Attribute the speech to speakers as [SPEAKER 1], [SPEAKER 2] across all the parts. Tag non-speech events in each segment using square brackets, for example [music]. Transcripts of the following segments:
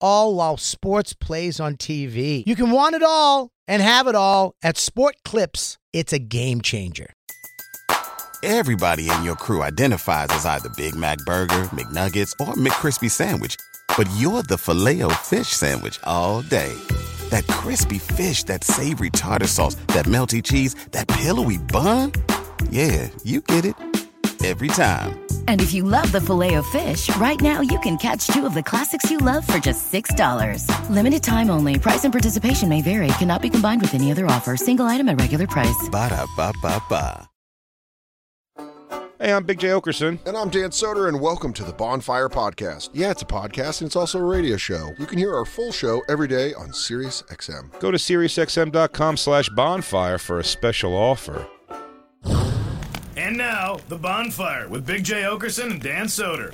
[SPEAKER 1] all while sports plays on TV. You can want it all and have it all at Sport Clips. It's a game changer.
[SPEAKER 2] Everybody in your crew identifies as either Big Mac Burger, McNuggets, or McCrispy Sandwich, but you're the filet fish Sandwich all day. That crispy fish, that savory tartar sauce, that melty cheese, that pillowy bun. Yeah, you get it every time.
[SPEAKER 3] And if you love the filet of fish, right now you can catch two of the classics you love for just $6. Limited time only. Price and participation may vary. Cannot be combined with any other offer. Single item at regular price.
[SPEAKER 2] Ba da ba ba ba.
[SPEAKER 4] Hey, I'm Big J. Okerson.
[SPEAKER 5] And I'm Dan Soder, and welcome to the Bonfire Podcast. Yeah, it's a podcast, and it's also a radio show. You can hear our full show every day on Sirius XM.
[SPEAKER 4] Go to SiriusXM.com slash bonfire for a special offer.
[SPEAKER 6] And now, The Bonfire with Big J. Okerson and Dan Soder.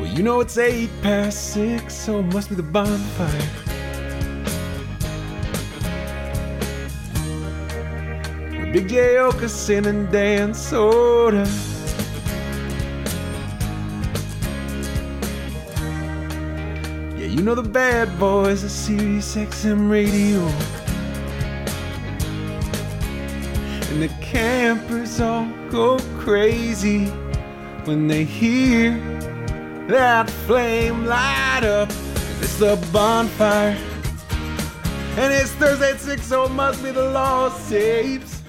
[SPEAKER 7] Well, you know it's eight past six, so it must be the bonfire. With Big J Okerson and Dan Soda. Yeah, you know the bad boys of Sirius XM Radio. And the campers all go crazy when they hear that flame light up. It's the bonfire. And it's Thursday at 6, so it must be the lost tapes.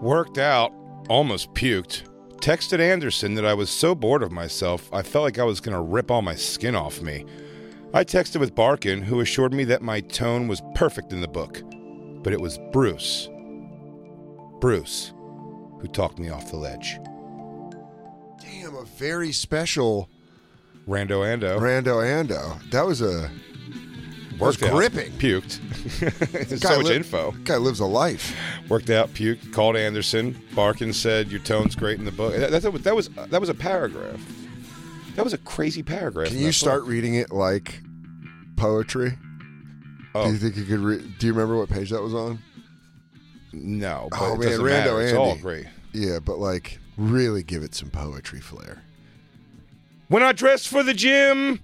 [SPEAKER 4] Worked out, almost puked. Texted Anderson that I was so bored of myself, I felt like I was going to rip all my skin off me. I texted with Barkin, who assured me that my tone was perfect in the book, but it was Bruce. Bruce, who talked me off the ledge.
[SPEAKER 5] Damn, a very special
[SPEAKER 4] Rando Ando.
[SPEAKER 5] Rando Ando. That was a
[SPEAKER 4] worked
[SPEAKER 5] was
[SPEAKER 4] out,
[SPEAKER 5] gripping.
[SPEAKER 4] Puked. [laughs]
[SPEAKER 5] guy
[SPEAKER 4] so much
[SPEAKER 5] li-
[SPEAKER 4] info.
[SPEAKER 5] Guy lives a life.
[SPEAKER 4] Worked out, puked, called Anderson. Barkin said, Your tone's great in the book. That, that, that, was, that was a paragraph. That was a crazy paragraph.
[SPEAKER 5] Can
[SPEAKER 4] in
[SPEAKER 5] you
[SPEAKER 4] that
[SPEAKER 5] start
[SPEAKER 4] book.
[SPEAKER 5] reading it like poetry? Do
[SPEAKER 4] Oh,
[SPEAKER 5] you think you could? Re- do you remember what page that was on?
[SPEAKER 4] no. But
[SPEAKER 5] Oh,
[SPEAKER 4] it
[SPEAKER 5] man,
[SPEAKER 4] doesn't
[SPEAKER 5] Rando
[SPEAKER 4] matter. It's all
[SPEAKER 5] Andy.
[SPEAKER 4] great.
[SPEAKER 5] Yeah, but like really give it some poetry flair.
[SPEAKER 4] When I dressed for the gym,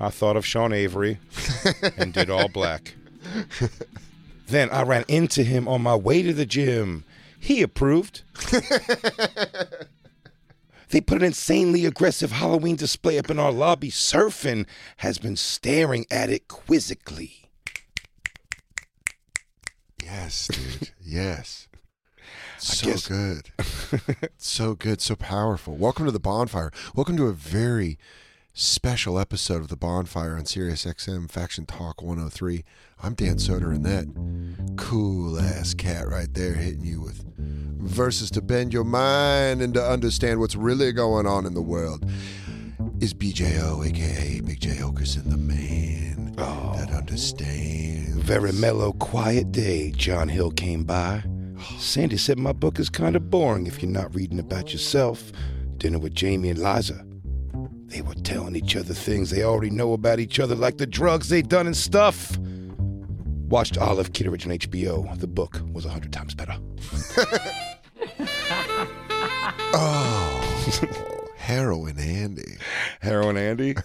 [SPEAKER 4] I thought of Sean Avery [laughs] and did all black. then I ran into him on my way to the gym. He approved. they put an insanely aggressive Halloween display up in our lobby. Surfin has been staring at it quizzically.
[SPEAKER 5] Yes, dude. yes. So
[SPEAKER 4] guess-
[SPEAKER 5] good. so good. So powerful. Welcome to the bonfire. Welcome to a very special episode of the bonfire on Sirius XM Faction Talk 103. I'm Dan Soder, and that cool ass cat right there hitting you with verses to bend your mind and to understand what's really going on in the world is BJO, aka Big J Okerson, the man that understands.
[SPEAKER 4] Very mellow, quiet day, John Hill came by. Sandy said, My book is kind of boring if you're not reading about yourself. Dinner with Jamie and Liza. They were telling each other things they already know about each other, like the drugs they done and stuff. Watched Olive Kitteridge on HBO. The book was a hundred times better.
[SPEAKER 5] Oh, Heroin Andy.
[SPEAKER 4] Harrow and Andy?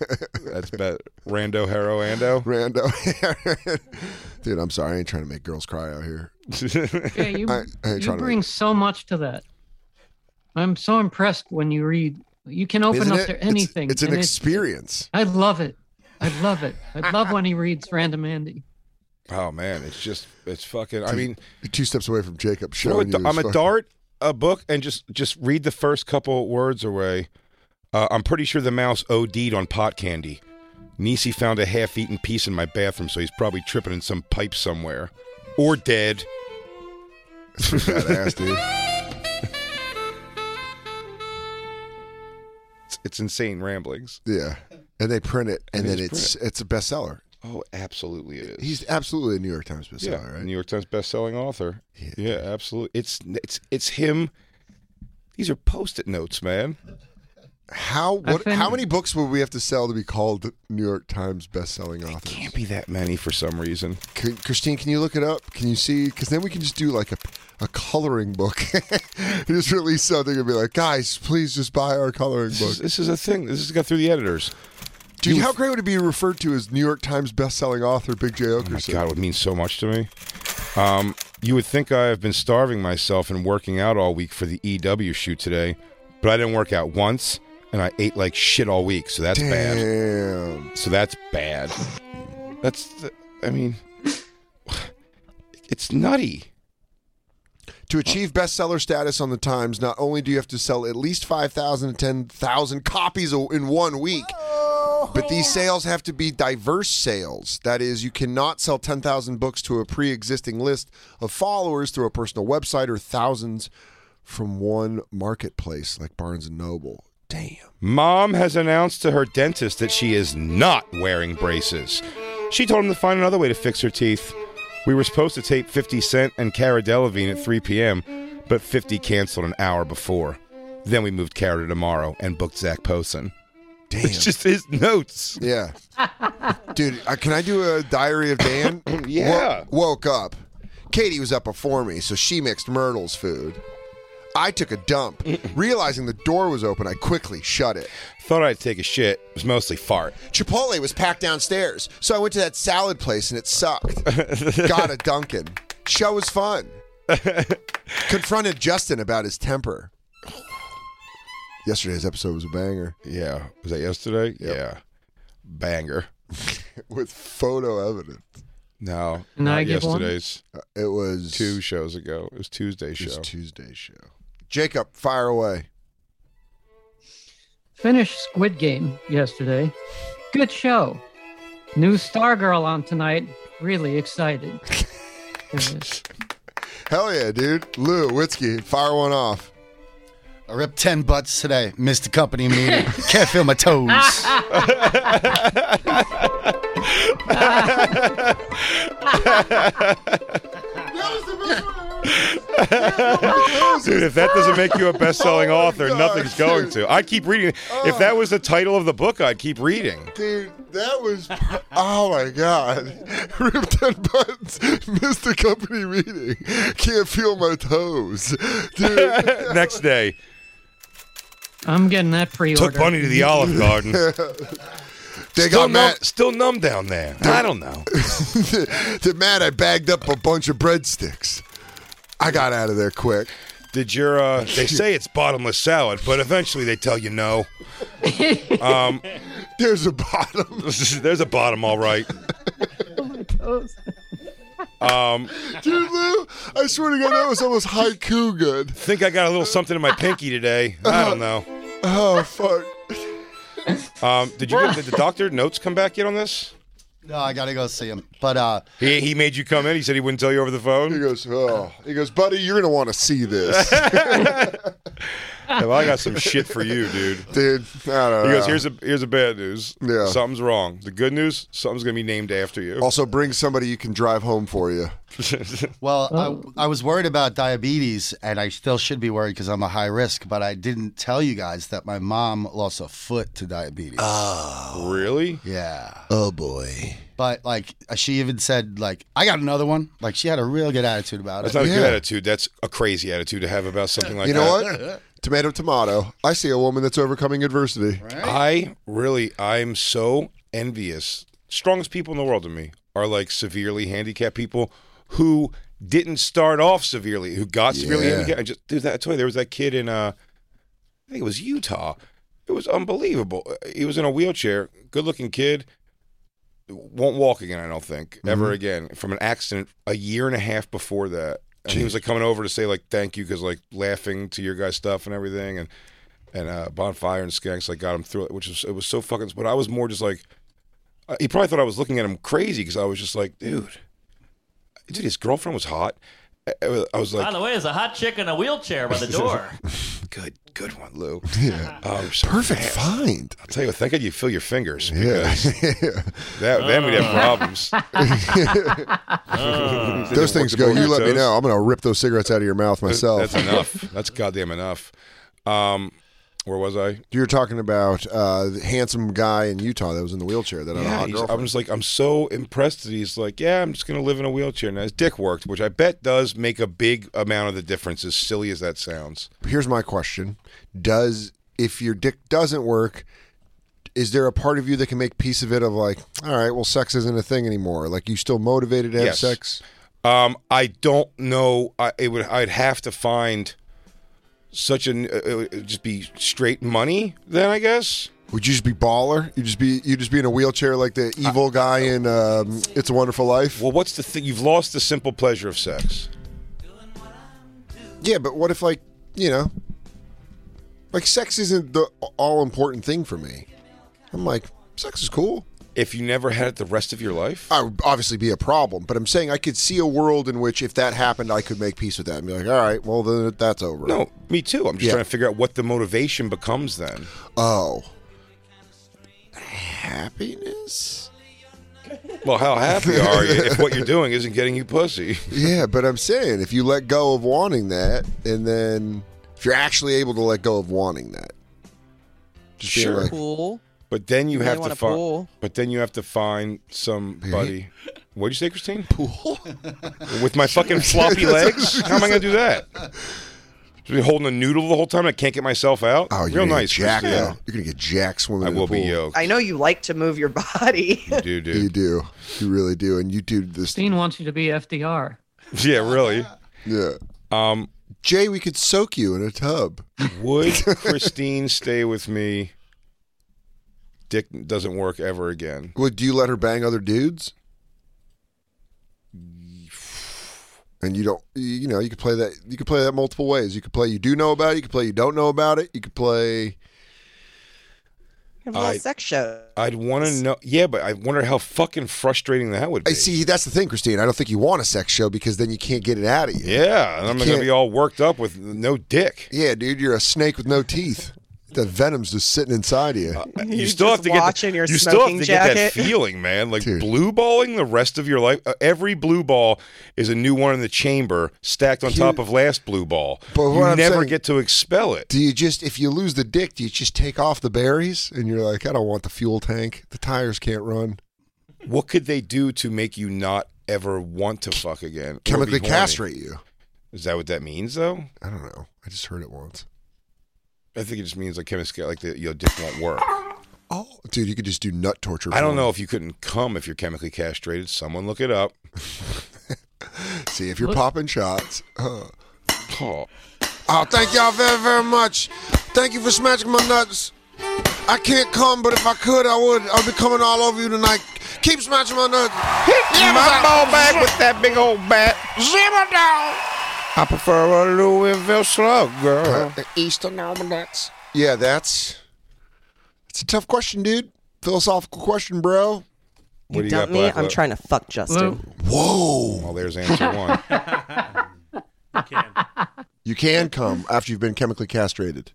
[SPEAKER 4] That's better. Rando, Harrow, Ando.
[SPEAKER 5] Rando. [laughs] Dude, I'm sorry. I ain't trying to make girls cry out here.
[SPEAKER 8] Yeah, you,
[SPEAKER 5] I- I ain't
[SPEAKER 8] you
[SPEAKER 5] trying to-
[SPEAKER 8] bring so much to that. I'm so impressed when you read. You can open
[SPEAKER 5] Isn't
[SPEAKER 8] up
[SPEAKER 5] it?
[SPEAKER 8] to
[SPEAKER 5] It's-
[SPEAKER 8] anything.
[SPEAKER 5] It's, an
[SPEAKER 8] and
[SPEAKER 5] experience.
[SPEAKER 8] I love it. I love it. I love when he reads Random Andy.
[SPEAKER 4] Oh, man. It's just, it's fucking, I mean,
[SPEAKER 5] You're two steps away from Jacob
[SPEAKER 4] Throw a
[SPEAKER 5] showing
[SPEAKER 4] da-
[SPEAKER 5] you. his
[SPEAKER 4] I'm a
[SPEAKER 5] fuck-
[SPEAKER 4] dart a book and just just read the first couple words away. Uh, I'm pretty sure the mouse OD'd on pot candy. Nisi found a half-eaten piece in my bathroom, so he's probably tripping in some pipe somewhere, or dead.
[SPEAKER 5] It's [laughs]
[SPEAKER 4] [laughs]
[SPEAKER 5] pretty badass, dude.
[SPEAKER 4] It's it's insane ramblings.
[SPEAKER 5] Yeah. And they print it, and,
[SPEAKER 4] And
[SPEAKER 5] then
[SPEAKER 4] it's
[SPEAKER 5] it's it's a bestseller.
[SPEAKER 4] Oh, absolutely, it is.
[SPEAKER 5] He's absolutely a New York Times
[SPEAKER 4] yeah,
[SPEAKER 5] bestseller, right?
[SPEAKER 4] New York Times best-selling author.
[SPEAKER 5] Yeah.
[SPEAKER 4] Yeah. absolutely. It's it's it's him. These are post-it notes, man.
[SPEAKER 5] How what?
[SPEAKER 8] found-
[SPEAKER 5] How many books would we have to sell to be called New York Times best-selling authors?
[SPEAKER 4] Can't be that many for some reason.
[SPEAKER 5] Can, Christine, can you look it up? Can you see? Because then we can just do like a, a coloring book. [laughs] just release something and be like, guys, please just buy our coloring
[SPEAKER 4] This [laughs]
[SPEAKER 5] book.
[SPEAKER 4] is, this is a thing. This has got through the editors.
[SPEAKER 5] Dude, how great would it be referred to as New York Times best-selling author Big J.
[SPEAKER 4] Oh my
[SPEAKER 5] Okerson?
[SPEAKER 4] God, it would mean so much to me. Um, you would think I have been starving myself and working out all week for the EW shoot today, but I didn't work out once, and I ate like shit all week. So that's bad.
[SPEAKER 5] Damn.
[SPEAKER 4] So that's bad. That's. The, I mean, [sighs] it's nutty.
[SPEAKER 5] To achieve bestseller status on the Times, not only do you have to sell at least 5,000 to 10,000 copies a- in one week, but these sales have to be diverse sales. That is, you cannot sell 10,000 books to a pre existing list of followers through a personal website or thousands from one marketplace like Barnes and Noble. Damn.
[SPEAKER 4] Mom has announced to her dentist that she is not wearing braces. She told him to find another way to fix her teeth. We were supposed to tape 50 Cent and Cara Delevingne at 3 p.m., but 50 canceled an hour before. Then we moved Cara to tomorrow and booked Zach Posen.
[SPEAKER 5] Damn.
[SPEAKER 4] It's just his notes.
[SPEAKER 5] Yeah. Dude, uh, can I do a Diary of Dan?
[SPEAKER 4] Yeah.
[SPEAKER 5] Wo- woke up. Katie was up before me, so she mixed Myrtle's food. I took a dump. Realizing the door was open, I quickly shut it.
[SPEAKER 4] Thought I'd take a shit. It was mostly fart.
[SPEAKER 5] Chipotle was packed downstairs, so I went to that salad place and it sucked. Got a Dunkin'. Show was fun. Confronted Justin about his temper. Yesterday's episode was a banger
[SPEAKER 4] Yeah. Was that yesterday? Yeah. Banger.
[SPEAKER 5] with photo evidence. Uh,
[SPEAKER 4] No.
[SPEAKER 8] Can I
[SPEAKER 4] not
[SPEAKER 8] give one?
[SPEAKER 4] yesterday's.
[SPEAKER 5] It was
[SPEAKER 4] Two shows ago. It was Tuesday's show.
[SPEAKER 5] It's Tuesday's show. Jacob, fire away.
[SPEAKER 8] Finished Squid Game yesterday. Good show. New Stargirl on tonight. Really excited.
[SPEAKER 5] [laughs] Hell yeah, dude. Lou, Witzke, fire one off.
[SPEAKER 7] I ripped 10 butts today. Missed the company meeting. Can't feel my toes.
[SPEAKER 4] Dude, if that doesn't make you a best-selling
[SPEAKER 5] Oh my
[SPEAKER 4] author,
[SPEAKER 5] God,
[SPEAKER 4] nothing's going
[SPEAKER 5] dude.
[SPEAKER 4] to. I keep reading. it. If that was the title of the book, I'd keep reading.
[SPEAKER 5] Dude, that [laughs] was. oh my God. [laughs] Ripped 10 butts. [laughs] Missed the company meeting. Can't feel my toes. Dude. [laughs]
[SPEAKER 4] Next day,
[SPEAKER 8] I'm getting that pre-order.
[SPEAKER 4] took Bunny to the Olive [laughs] Garden.
[SPEAKER 5] They
[SPEAKER 4] Still
[SPEAKER 5] got
[SPEAKER 4] numb,
[SPEAKER 5] mad. [laughs]
[SPEAKER 4] still numb down there. I don't know.
[SPEAKER 5] They're mad I bagged up a bunch of breadsticks. I got out of there quick.
[SPEAKER 4] Did your? Uh, [laughs] they say it's bottomless salad, but eventually they tell you no. [laughs] Um,
[SPEAKER 5] There's a [laughs] bottom.
[SPEAKER 4] there's a bottom, all right. Um,
[SPEAKER 5] Dude, Lou, I swear to God, that was almost haiku good.
[SPEAKER 4] think I got a little something in my pinky today. I don't know.
[SPEAKER 5] Oh, fuck.
[SPEAKER 4] Um, did you? Get, did the doctor notes come back yet on this?
[SPEAKER 7] No, Oh, I gotta go see him. But uh,
[SPEAKER 4] He, he made you come in. He said he wouldn't tell you over the [laughs]
[SPEAKER 5] He
[SPEAKER 4] phone.
[SPEAKER 5] goes, oh. He goes, buddy, you're gonna want to see [laughs] this,
[SPEAKER 4] Well, I got some shit for you, dude.
[SPEAKER 5] dude. I don't know.
[SPEAKER 4] He goes, here's a here's a bad news.
[SPEAKER 5] Um, Yeah.
[SPEAKER 4] Something's wrong. The good news, something's gonna be named after you.
[SPEAKER 5] also bring somebody you can drive home for you.
[SPEAKER 7] well, I, I was worried about diabetes, and I still should be worried because I'm a high risk. But I didn't tell you guys that my mom lost a foot to diabetes.
[SPEAKER 4] [laughs]
[SPEAKER 9] Uh,
[SPEAKER 4] really?
[SPEAKER 7] yeah,
[SPEAKER 5] Oh boy.
[SPEAKER 7] but like uh, she even said, like I got another one. Like she had a real good attitude about
[SPEAKER 4] That's
[SPEAKER 7] it.
[SPEAKER 4] not a good
[SPEAKER 5] Yeah.
[SPEAKER 4] attitude. That's a crazy attitude to have about something like
[SPEAKER 5] You know
[SPEAKER 4] that. [laughs]
[SPEAKER 5] what? tomato, tomato. I see a woman that's overcoming adversity.
[SPEAKER 4] I really I'm so envious. Strongest people in the world to me are like severely handicapped people who didn't start off severely, who got severely
[SPEAKER 5] Yeah.
[SPEAKER 4] handicapped. I just dude, that's why there was that kid in uh I think it was Utah. It was unbelievable. He was in a wheelchair, good looking kid. Won't walk again, I don't think, ever again. From an accident a year and a half before that. And he was like coming over to say like thank you because like laughing to your guys' stuff and everything and and uh, bonfire and skanks like got him through it, which was it was so fucking. But I was more just like, uh, he probably thought I was looking at him crazy because I was just like, dude, dude, his girlfriend was hot. I, I was- I was
[SPEAKER 10] By
[SPEAKER 4] like,
[SPEAKER 10] the way, there's a hot chick in a wheelchair by the door.
[SPEAKER 11] Good, good one, Lou.
[SPEAKER 5] [laughs] Yeah.
[SPEAKER 4] oh,
[SPEAKER 11] Um, so
[SPEAKER 5] Perfect
[SPEAKER 11] fast.
[SPEAKER 5] find.
[SPEAKER 11] I'll tell you what, thank God you feel your fingers.
[SPEAKER 5] Yeah. [laughs]
[SPEAKER 11] because That, then we'd have problems.
[SPEAKER 5] those things go. You let me know. I'm going to rip those cigarettes out of your mouth myself.
[SPEAKER 4] That's
[SPEAKER 5] [laughs]
[SPEAKER 4] enough. That's goddamn enough. Um, where was I?
[SPEAKER 5] you were talking about uh, the handsome guy in Utah that was in the wheelchair that had a
[SPEAKER 4] Yeah,
[SPEAKER 5] hot
[SPEAKER 4] he's-
[SPEAKER 5] girlfriend.
[SPEAKER 4] I'm just like I'm so impressed that he's like, yeah, I'm just gonna live in a wheelchair now. His dick worked, which I bet does make a big amount of the difference. As silly as that sounds,
[SPEAKER 5] Here's my question: Does if your dick doesn't work, is there a part of you that can make peace of it? Of like, all right, well, sex isn't a thing anymore. Like, you still motivated to have
[SPEAKER 4] Yes.
[SPEAKER 5] sex?
[SPEAKER 4] um, I don't know. I it would I'd have to find such an uh, it would just be straight money then I guess.
[SPEAKER 5] Would you just be baller? You just be you just be in a wheelchair like the evil guy in um, It's a Wonderful Life?
[SPEAKER 4] Well, what's the thing? You've lost the simple pleasure of sex.
[SPEAKER 5] Yeah, but what if like you know, like sex isn't the all important thing for me. I'm like, sex is cool.
[SPEAKER 4] If you never had it the rest of your life,
[SPEAKER 5] I would obviously be a problem, but I'm saying I could see a world in which if that happened, I could make peace with that and be like, all right, well then that's over.
[SPEAKER 4] no, me too. I'm just
[SPEAKER 5] Yeah.
[SPEAKER 4] trying to figure out what the motivation becomes then.
[SPEAKER 5] Oh. Happiness?
[SPEAKER 4] Well, how happy are you if what you're doing isn't getting you pussy?
[SPEAKER 5] Yeah, but I'm saying if you let go of wanting that, and then if you're actually able to let go of wanting that, just being
[SPEAKER 4] Sure.
[SPEAKER 5] like,
[SPEAKER 9] Pool.
[SPEAKER 4] But then you
[SPEAKER 9] They
[SPEAKER 4] have
[SPEAKER 9] want
[SPEAKER 4] to
[SPEAKER 9] a
[SPEAKER 4] find.
[SPEAKER 9] pool.
[SPEAKER 4] But then you have to find somebody. What'd you say, Christine? Pool. With my fucking
[SPEAKER 5] [laughs]
[SPEAKER 4] floppy legs? How am I gonna do that? Just be holding a noodle the whole time. I can't get myself out.
[SPEAKER 5] oh, you're
[SPEAKER 4] real
[SPEAKER 5] gonna
[SPEAKER 4] nice,
[SPEAKER 5] get jacked.
[SPEAKER 4] Christine.
[SPEAKER 5] though. You're gonna get jacked swimming.
[SPEAKER 4] I
[SPEAKER 5] in the
[SPEAKER 4] will be
[SPEAKER 5] pool.
[SPEAKER 4] yoked.
[SPEAKER 9] I know you like to move your [laughs] body.
[SPEAKER 4] You do,
[SPEAKER 5] You
[SPEAKER 4] dude.
[SPEAKER 5] do. You really do. And you do this.
[SPEAKER 8] Dean wants you to be FDR.
[SPEAKER 4] [laughs] Yeah, really.
[SPEAKER 5] Yeah.
[SPEAKER 4] Um,
[SPEAKER 5] Jay, we could soak you in a tub. [laughs]
[SPEAKER 4] would Christine stay with me? Dick doesn't work ever again.
[SPEAKER 5] Would do you let her bang other dudes? And you don't, you- you know, you could play that. You could play that multiple ways. You could play you do know about it. You could play you don't know about it. You could play.
[SPEAKER 9] Have a little
[SPEAKER 4] I-
[SPEAKER 9] sex show.
[SPEAKER 4] I'd want to know. Yeah, but I wonder how fucking frustrating that would be.
[SPEAKER 5] I see. That's the thing, Christine. I don't think you want a sex show because then you can't get it out of you.
[SPEAKER 4] Yeah, and I'm gonna
[SPEAKER 5] can't-
[SPEAKER 4] be all worked up with no dick.
[SPEAKER 5] Yeah, dude, you're a snake with no teeth. The venom's just sitting inside of you.
[SPEAKER 4] you
[SPEAKER 9] You're
[SPEAKER 4] still
[SPEAKER 9] just
[SPEAKER 4] have to get
[SPEAKER 9] watching
[SPEAKER 4] the,
[SPEAKER 9] your
[SPEAKER 4] you still have
[SPEAKER 9] smoking
[SPEAKER 4] to
[SPEAKER 5] [laughs]
[SPEAKER 4] get that
[SPEAKER 9] jacket.
[SPEAKER 4] feeling, man. Like
[SPEAKER 5] Dude.
[SPEAKER 4] blue balling the rest of your life. Uh, every blue ball is a new one in the chamber, stacked on top of last blue ball.
[SPEAKER 5] But
[SPEAKER 4] you
[SPEAKER 5] what I'm
[SPEAKER 4] never
[SPEAKER 5] saying-
[SPEAKER 4] get to expel it.
[SPEAKER 5] do you just if you lose the dick, do you just take off the berries and you're like, I don't want the fuel tank. The tires can't run.
[SPEAKER 4] What could they do to make you not ever want to fuck again? or be
[SPEAKER 5] Chemically
[SPEAKER 4] horny?
[SPEAKER 5] castrate you.
[SPEAKER 4] Is that what that means, though?
[SPEAKER 5] I don't know. I just heard it once.
[SPEAKER 4] I think it just means like chemically, like the, your dick won't work.
[SPEAKER 5] Oh, dude, you could just do nut torture.
[SPEAKER 4] I don't
[SPEAKER 5] porn.
[SPEAKER 4] know if you couldn't come if you're chemically castrated. Someone look it up.
[SPEAKER 5] [laughs] See if you're
[SPEAKER 8] Look-
[SPEAKER 5] popping shots. Uh,
[SPEAKER 4] Oh.
[SPEAKER 5] oh, thank y'all very very much. Thank you for smashing my nuts. I can't come, but if I could, I would. I'll be coming all over you tonight. Keep smashing my nuts.
[SPEAKER 4] Hit my ball back with that big old bat. Zero down. I prefer a Louisville slug, girl.
[SPEAKER 5] Eastern Almanacs. Yeah, that's it's a tough question, dude. Philosophical question, bro.
[SPEAKER 4] What do you got,
[SPEAKER 9] Dump me.
[SPEAKER 4] Black
[SPEAKER 9] I'm
[SPEAKER 4] Lip?
[SPEAKER 9] trying to fuck Justin.
[SPEAKER 8] Lou,
[SPEAKER 5] Whoa.
[SPEAKER 4] Well, there's answer one.
[SPEAKER 5] You can come after you've been chemically castrated.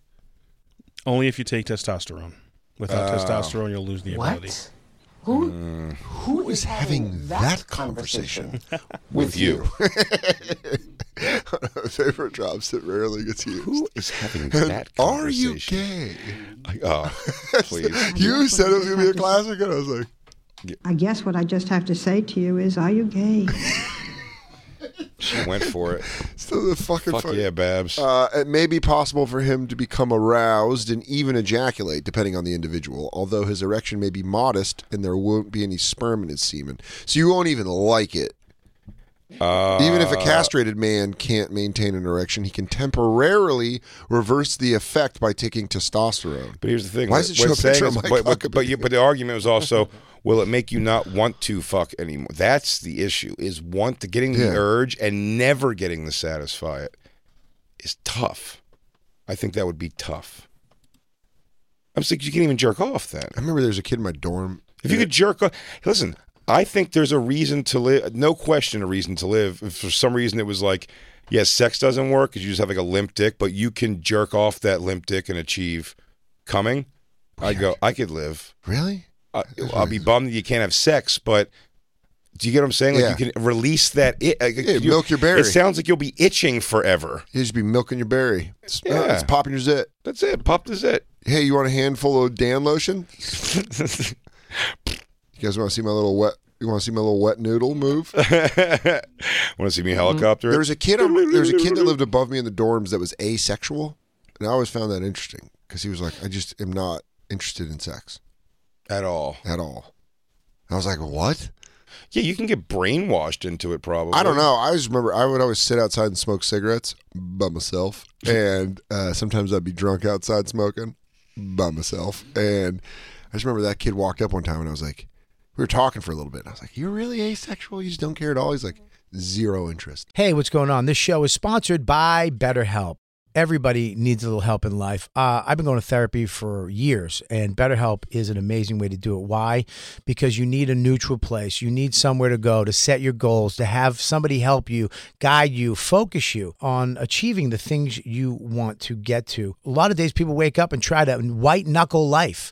[SPEAKER 12] Only if you take testosterone. Without
[SPEAKER 4] Um,
[SPEAKER 12] testosterone, you'll lose the ability.
[SPEAKER 5] Who is having
[SPEAKER 4] [laughs]
[SPEAKER 5] that conversation? [laughs]
[SPEAKER 4] With you.
[SPEAKER 5] One of my favorite drops that rarely gets used.
[SPEAKER 4] Who is
[SPEAKER 13] [laughs]
[SPEAKER 4] having that
[SPEAKER 5] [laughs] Are you
[SPEAKER 4] conversation?
[SPEAKER 5] gay?
[SPEAKER 4] [laughs] Oh, please.
[SPEAKER 5] [laughs] You said it was gonna be a classic, and I was like,
[SPEAKER 14] I guess what I just have to say to you is, are you gay?
[SPEAKER 4] She went for it.
[SPEAKER 5] still the fucking
[SPEAKER 4] Fuck
[SPEAKER 5] funny.
[SPEAKER 4] yeah, Babs.
[SPEAKER 5] Uh, it may be possible for him to become aroused and even ejaculate, depending on the individual, although his erection may be modest and there won't be any sperm in his semen. So you won't even like it.
[SPEAKER 4] Uh,
[SPEAKER 5] Even if a castrated man can't maintain an erection, he can temporarily reverse the effect by taking testosterone.
[SPEAKER 4] But here's the thing.
[SPEAKER 5] Why
[SPEAKER 4] what-
[SPEAKER 5] does it show a
[SPEAKER 4] what's saying
[SPEAKER 5] picture of
[SPEAKER 4] is-
[SPEAKER 5] my
[SPEAKER 4] but, but,
[SPEAKER 5] cock?
[SPEAKER 4] but, you, but the argument was
[SPEAKER 5] [laughs]
[SPEAKER 4] also, will it make you not want to fuck anymore? That's the issue. Is want to getting the
[SPEAKER 5] Yeah.
[SPEAKER 4] urge and never getting to satisfy it is tough. I think that would be tough. I'm sick. You can't even jerk off then.
[SPEAKER 5] I remember there was a kid in my dorm.
[SPEAKER 4] If you could jerk off, listen. I think there's a reason to live. No question, a reason to live. If for some reason it was like, yes, sex doesn't work because you just have like a limp dick, but you can jerk off that limp dick and achieve coming. I go, I could live.
[SPEAKER 5] Really?
[SPEAKER 4] I, I'll be bummed that you can't have sex, but do you get what I'm saying? Like
[SPEAKER 5] Yeah.
[SPEAKER 4] you can release that. It, like,
[SPEAKER 5] Yeah,
[SPEAKER 4] you-
[SPEAKER 5] milk your berry.
[SPEAKER 4] It sounds like you'll be itching forever.
[SPEAKER 5] You just be milking your berry. It's, uh,
[SPEAKER 4] Yeah.
[SPEAKER 5] it's popping your zit.
[SPEAKER 4] That's it. [laughs] Pop the zit.
[SPEAKER 5] Hey, you want a handful of Dan lotion? you guys want to see my little wet? You want to see my little wet noodle move?
[SPEAKER 4] Want to see me helicopter?
[SPEAKER 5] There was Mm-hmm. a kid. On, there was a kid that lived above me in the dorms that was asexual, and I always found that interesting because he was like, "I just am not interested in sex
[SPEAKER 4] at all."
[SPEAKER 5] at all." And I was like, "What?"
[SPEAKER 4] Yeah, you can get brainwashed into it. Probably.
[SPEAKER 5] I don't know. I just remember I would always sit outside and smoke cigarettes by [laughs] myself, and uh, sometimes I'd be drunk outside smoking by myself. And I just remember that kid walked up one time, and I was like, "We were talking for a little bit," and I was like, "You're really asexual? You just don't care at all?" He's like, zero interest."
[SPEAKER 1] Hey, what's going on? This show is sponsored by BetterHelp. Everybody needs a little help in life. Uh, I've been going to therapy for years, and BetterHelp is an amazing way to do it. Why? Because you need a neutral place. You need somewhere to go to set your goals, to have somebody help you, guide you, focus you on achieving the things you want to get to. A lot of days, people wake up and try to white knuckle life.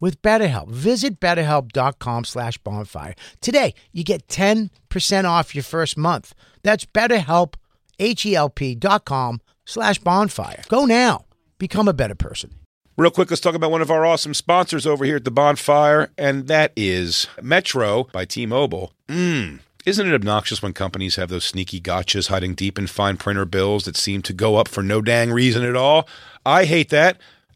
[SPEAKER 1] with BetterHelp. Visit betterhelp.com slash bonfire. Today, you get 10% off your first month. That's betterhelp, H-E-L-P dot com slash bonfire. Go now. Become a better person.
[SPEAKER 4] Real quick, let's talk about one of our awesome sponsors over here at the bonfire, and that is Metro by T Mobile. Mmm. Isn't it obnoxious when companies have those sneaky gotchas hiding deep in fine printer bills that seem to go up for no dang reason at all? I hate that.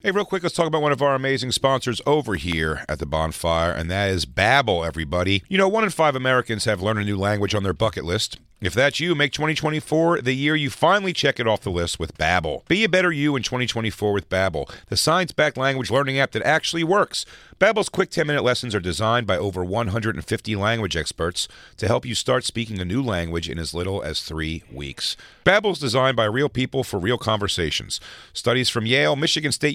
[SPEAKER 4] Hey, real quick, let's talk about one of our amazing sponsors over here at the bonfire, and that is Babbel, everybody. You know, one in five Americans have learned a new language on their bucket list. If that's you, make 2024 the year you finally check it off the list with Babbel. Be a better you in 2024 with Babbel, the science-backed language learning app that actually works. Babbel's quick 10-minute lessons are designed by over 150 language experts to help you start speaking a new language in as little as 3 weeks. Babbel's designed by real people for real conversations. Studies from Yale, Michigan State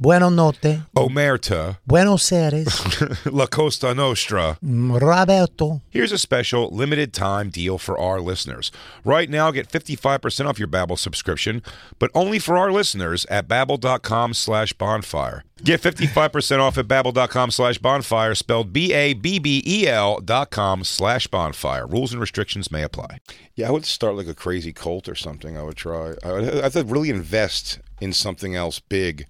[SPEAKER 1] Buono notte.
[SPEAKER 4] Omerta.
[SPEAKER 1] Buenos Aires.
[SPEAKER 4] La Costa Nostra.
[SPEAKER 1] Mm, [laughs] Roberto.
[SPEAKER 4] Here's a special limited time deal for our listeners. Right now, get 55% off your Babbel subscription, but only for our listeners at babbel.com slash bonfire. Get 55% off at babbel.com slash bonfire, spelled B-A-B-B-E-L E dot com slash bonfire. Rules and restrictions may apply. Yeah, I would start like a crazy cult or something. I would try. I would, I would really invest in something else big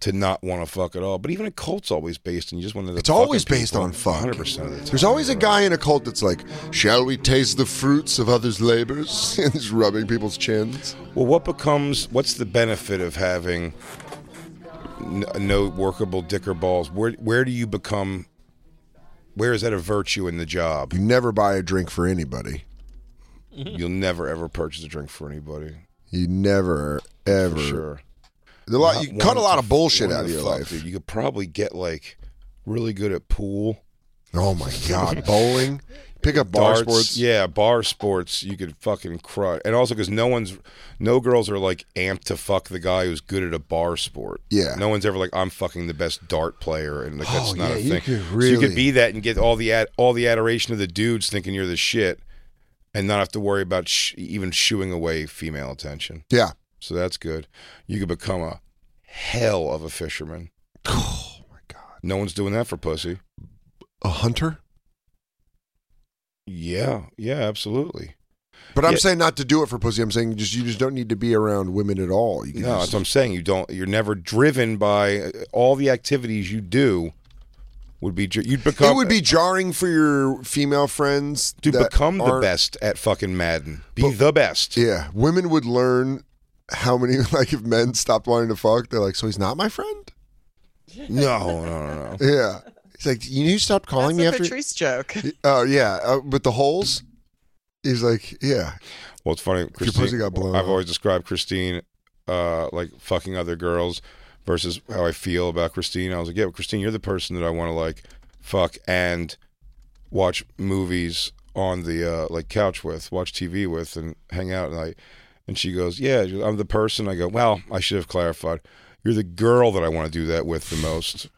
[SPEAKER 4] to not want to fuck at all. But even a cult's always based on you just want to.
[SPEAKER 5] It's always based on fuck.
[SPEAKER 4] 100% of the
[SPEAKER 5] There's always a guy in a cult that's like, "Shall we taste the fruits of others' labors?" [laughs] and he's rubbing people's chins.
[SPEAKER 4] Well, what becomes? What's the benefit of having n- no workable dick or balls? Where where do you become? Where is that a virtue in the job?
[SPEAKER 5] You never buy a drink for anybody.
[SPEAKER 4] You'll never ever purchase a drink for anybody.
[SPEAKER 5] You never ever.
[SPEAKER 4] sure.
[SPEAKER 5] The lot,
[SPEAKER 4] Not
[SPEAKER 5] you cut a
[SPEAKER 4] wanting
[SPEAKER 5] lot
[SPEAKER 4] to
[SPEAKER 5] of bullshit
[SPEAKER 4] f-
[SPEAKER 5] out of
[SPEAKER 4] wanting
[SPEAKER 5] your
[SPEAKER 4] to fuck,
[SPEAKER 5] life.
[SPEAKER 4] dude. You could probably get like really good at pool. [laughs]
[SPEAKER 5] Oh my god, bowling. Pick up bar
[SPEAKER 4] darts.
[SPEAKER 5] sports.
[SPEAKER 4] Yeah, bar sports. You could fucking crush. And also because no one's, no girls are like amped to fuck the guy who's good at a bar sport.
[SPEAKER 5] Yeah.
[SPEAKER 4] No one's ever like, I'm fucking the best dart player, and like that's
[SPEAKER 5] Oh,
[SPEAKER 4] not
[SPEAKER 5] yeah,
[SPEAKER 4] a
[SPEAKER 5] you
[SPEAKER 4] thing.
[SPEAKER 5] could
[SPEAKER 4] So you
[SPEAKER 5] really-
[SPEAKER 4] could be that and get all the ad- all the adoration of the dudes thinking you're the shit, and not have to worry about sh- even shooing away female attention.
[SPEAKER 5] Yeah. [sighs]
[SPEAKER 4] So that's good. You could become a hell of a fisherman. Oh my god. No one's doing that for pussy.
[SPEAKER 5] A hunter.
[SPEAKER 4] Yeah. Yeah. Absolutely.
[SPEAKER 5] But I'm
[SPEAKER 4] Yeah.
[SPEAKER 5] saying not to do it for pussy. I'm saying just you just don't need to be around women at all. You can
[SPEAKER 4] No,
[SPEAKER 5] just,
[SPEAKER 4] that's what I'm saying. You don't. You're never driven by uh, all the activities you do. Would be dri- you'd become
[SPEAKER 5] it would be jarring for your female friends
[SPEAKER 4] to
[SPEAKER 5] that
[SPEAKER 4] become the
[SPEAKER 5] aren't-
[SPEAKER 4] best at fucking Madden. Be the best.
[SPEAKER 5] Yeah, women would learn how many [laughs] like if men stopped wanting to fuck, they're like, so he's not my friend.
[SPEAKER 4] No, no, no, no.
[SPEAKER 5] Yeah, he's like, you knew you stopped calling
[SPEAKER 9] That's a
[SPEAKER 5] me
[SPEAKER 9] Patrice joke.
[SPEAKER 5] after. Oh yeah, uh, with the holes. He's like,
[SPEAKER 4] [laughs]
[SPEAKER 5] yeah,
[SPEAKER 4] Well, it's funny.
[SPEAKER 5] If your
[SPEAKER 4] Christine,
[SPEAKER 5] pussy got blown
[SPEAKER 4] I've
[SPEAKER 5] up.
[SPEAKER 4] always described Christine uh, like fucking other girls versus how I feel about Christine. I was like, yeah, well, Christine, you're the person that I want to like fuck and watch movies on the uh, like couch with, watch TV with, and hang out. And I, and she goes, yeah, I'm the person. I go, well, I should have clarified. You're the girl that I want to do that with the most.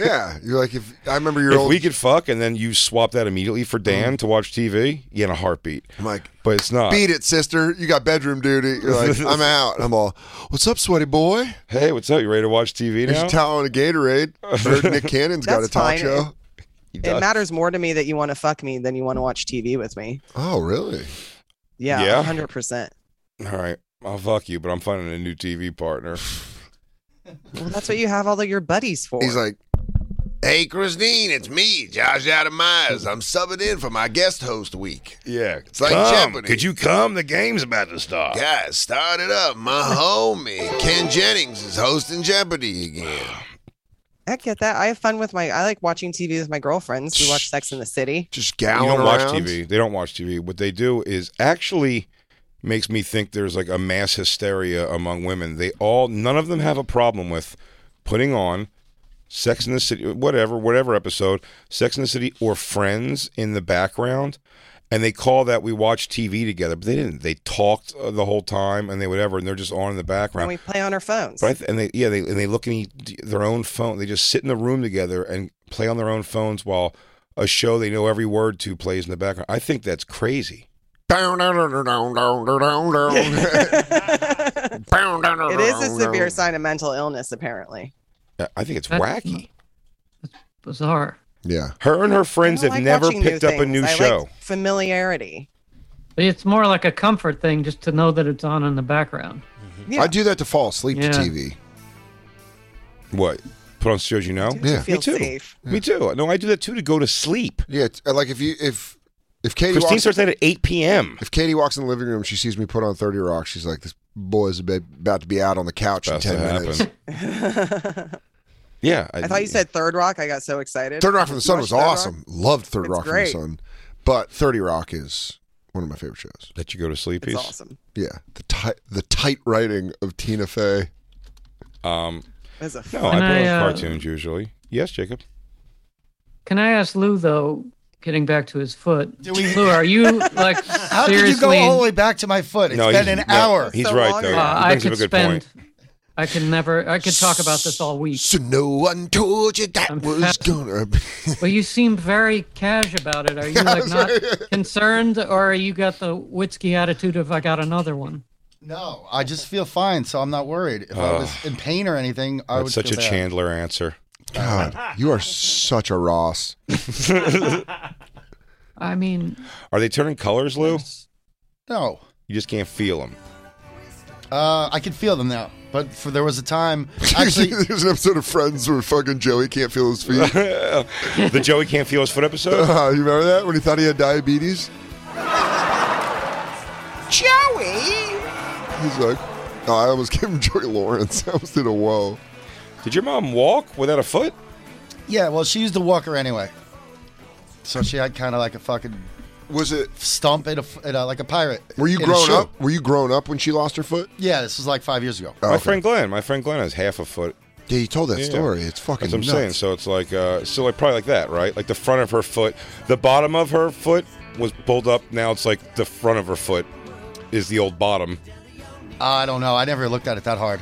[SPEAKER 5] yeah. You're like, if I remember your
[SPEAKER 4] if
[SPEAKER 5] old,
[SPEAKER 4] we could fuck, and then you swap that immediately for Dan to watch TV, yeah, in a heartbeat.
[SPEAKER 5] [laughs] I'm like,
[SPEAKER 4] But it's not.
[SPEAKER 5] Mm. beat it, sister. You got bedroom duty. You're
[SPEAKER 4] [laughs]
[SPEAKER 5] like, I'm out. And I'm all, what's up, sweaty boy?
[SPEAKER 4] Hey, what's up? You ready to watch TV
[SPEAKER 5] There's
[SPEAKER 4] now?
[SPEAKER 5] a towel and
[SPEAKER 4] [laughs]
[SPEAKER 5] a Gatorade. Heard Nick Cannon's got
[SPEAKER 9] That's
[SPEAKER 5] a talk
[SPEAKER 9] fine.
[SPEAKER 5] show.
[SPEAKER 9] It matters more to me that you want to fuck me than you want to watch TV with me.
[SPEAKER 5] Oh, really?
[SPEAKER 9] Yeah,
[SPEAKER 4] Yeah?
[SPEAKER 9] 100%.
[SPEAKER 4] All right, I'll fuck you, but I'm finding a new
[SPEAKER 15] [sighs]
[SPEAKER 4] TV partner.
[SPEAKER 9] Well, that's what you have all of your buddies for.
[SPEAKER 5] He's like,
[SPEAKER 15] Hey, Christine, it's me, Josh Adam Myers. I'm subbing in for my guest host week.
[SPEAKER 16] Yeah.
[SPEAKER 15] It's like
[SPEAKER 16] come.
[SPEAKER 15] Jeopardy.
[SPEAKER 16] Could you come? The game's about to
[SPEAKER 4] Uh,
[SPEAKER 16] start.
[SPEAKER 15] Guys, start it up. My
[SPEAKER 4] [laughs]
[SPEAKER 15] homie, Ken Jennings, is hosting Jeopardy again.
[SPEAKER 4] [sighs]
[SPEAKER 9] I get that. I have fun with my. I like watching TV with my girlfriends. We watch Sex in the City.
[SPEAKER 15] Just
[SPEAKER 4] you don't watch TV. They don't watch TV. What they do is actually makes me think there's like a mass hysteria among women. They all, none of them have a problem with putting on Sex in the City, whatever, whatever episode, Sex in the City or Friends in the background. And they call that we watch TV together, but they didn't. They talked uh, the whole time and they whatever, and they're just on in the
[SPEAKER 9] And
[SPEAKER 4] background.
[SPEAKER 9] we play on our phones.
[SPEAKER 4] But I th- and they yeah they and they look at each, their own phone. They just sit in the room together and play on their own phones while a show they know every word to plays in the background. I think that's crazy.
[SPEAKER 9] It
[SPEAKER 15] it
[SPEAKER 9] is a severe sign of mental illness, apparently.
[SPEAKER 4] I I think it's
[SPEAKER 9] That's-
[SPEAKER 4] wacky.
[SPEAKER 8] Bizarre.
[SPEAKER 4] Yeah, her and her friends have
[SPEAKER 9] I like
[SPEAKER 4] never
[SPEAKER 9] watching new
[SPEAKER 4] picked up a
[SPEAKER 9] things. I
[SPEAKER 4] new
[SPEAKER 9] like
[SPEAKER 4] show.
[SPEAKER 9] familiarity. [laughs]
[SPEAKER 8] It's more like a comfort thing just to know that it's on in the background.
[SPEAKER 9] Yeah.
[SPEAKER 5] I do that to fall asleep
[SPEAKER 8] Yeah.
[SPEAKER 5] to TV.
[SPEAKER 4] What? Put on shows you know?
[SPEAKER 5] Yeah.
[SPEAKER 4] me too. Me too. No, I do that too to go to sleep.
[SPEAKER 5] Yeah, it's- like if you if if Katie
[SPEAKER 4] Christine
[SPEAKER 5] walks,
[SPEAKER 4] starts that at eight p.m.
[SPEAKER 5] If Katie walks in the living room, she sees me put on Thirty Rock. She's like, "This boy's ab- about to be out on the couch in
[SPEAKER 4] About
[SPEAKER 5] ten
[SPEAKER 4] to
[SPEAKER 5] minutes."
[SPEAKER 4] happen. [laughs] Yeah,
[SPEAKER 9] I thought you said Third Rock. I got so excited.
[SPEAKER 5] Third Rock from the Sun
[SPEAKER 9] You
[SPEAKER 5] was
[SPEAKER 9] watched Third Rock?
[SPEAKER 5] awesome. Loved Third
[SPEAKER 9] It's
[SPEAKER 5] Rock
[SPEAKER 9] great.
[SPEAKER 5] from the Sun, but Thirty Rock is one of my favorite shows.
[SPEAKER 4] That you go to sleep.
[SPEAKER 9] It's
[SPEAKER 4] is-
[SPEAKER 9] awesome.
[SPEAKER 5] Yeah, the tight the tight writing of Tina Fey.
[SPEAKER 4] Um,
[SPEAKER 9] It's a
[SPEAKER 4] no, I put on
[SPEAKER 8] And I, uh,
[SPEAKER 4] cartoons usually. Yes, Jacob.
[SPEAKER 8] Can I ask Lou though? Getting back to his foot. Lou, are you like
[SPEAKER 13] [laughs] How
[SPEAKER 8] seriously?
[SPEAKER 13] did you go all the way back to my foot? It's
[SPEAKER 4] No,
[SPEAKER 13] been
[SPEAKER 4] he's-
[SPEAKER 13] an
[SPEAKER 4] no,
[SPEAKER 13] hour.
[SPEAKER 4] he's So right, long though. ago.
[SPEAKER 8] Uh,
[SPEAKER 4] He
[SPEAKER 8] I
[SPEAKER 4] brings up
[SPEAKER 8] could
[SPEAKER 4] a good point.
[SPEAKER 8] spend. I can never. I could talk about this
[SPEAKER 4] [laughs]
[SPEAKER 8] all week.
[SPEAKER 5] So no one told you that was
[SPEAKER 9] [laughs]
[SPEAKER 5] gonna. Be.
[SPEAKER 8] Well, you seem very cash about it. Are you like
[SPEAKER 4] [laughs]
[SPEAKER 8] not concerned, or you got the Witzky attitude of I got another one?
[SPEAKER 13] No, I just feel fine, so I'm not worried. If I
[SPEAKER 4] Ugh.
[SPEAKER 13] was in pain or anything, I would.
[SPEAKER 4] That's such
[SPEAKER 13] feel
[SPEAKER 4] a
[SPEAKER 13] bad.
[SPEAKER 4] Chandler answer.
[SPEAKER 5] God, you are such a Ross.
[SPEAKER 8] I mean,
[SPEAKER 4] Are they turning colors, Lou?
[SPEAKER 13] No,
[SPEAKER 4] You just can't feel them.
[SPEAKER 13] uh, I can feel them now. But for there was a time, actually,
[SPEAKER 5] [laughs] There's an episode of Friends where fucking Joey can't feel his feet.
[SPEAKER 4] the Joey can't feel his foot
[SPEAKER 13] [laughs]
[SPEAKER 4] episode.
[SPEAKER 5] Uh, you remember that when he thought he had diabetes?
[SPEAKER 17] Joey!
[SPEAKER 5] He's like, oh, I almost [laughs] gave him Joey Lawrence. I almost did a whoa.
[SPEAKER 4] Did your mom walk without a foot?
[SPEAKER 13] yeah. Well, she used a walker anyway, so she had kind of like a fucking
[SPEAKER 5] was it
[SPEAKER 13] stump at a, f- at a like a pirate.
[SPEAKER 5] Were you
[SPEAKER 13] in a
[SPEAKER 5] grown
[SPEAKER 13] shoe.
[SPEAKER 5] up? Were you grown up when she lost her foot? Oh,
[SPEAKER 13] Yeah, this was like five years ago.
[SPEAKER 4] my friend Glenn. My friend Glenn has half a foot.
[SPEAKER 5] Yeah, you told that
[SPEAKER 4] Yeah.
[SPEAKER 5] story. It's fucking
[SPEAKER 4] That's what I'm
[SPEAKER 5] nuts.
[SPEAKER 4] saying. So it's like, uh, so like probably like that, right? Like the front of her foot, the bottom of her foot was pulled up. Now it's like the front of her foot is the old bottom.
[SPEAKER 13] I don't know. I never looked at it that hard.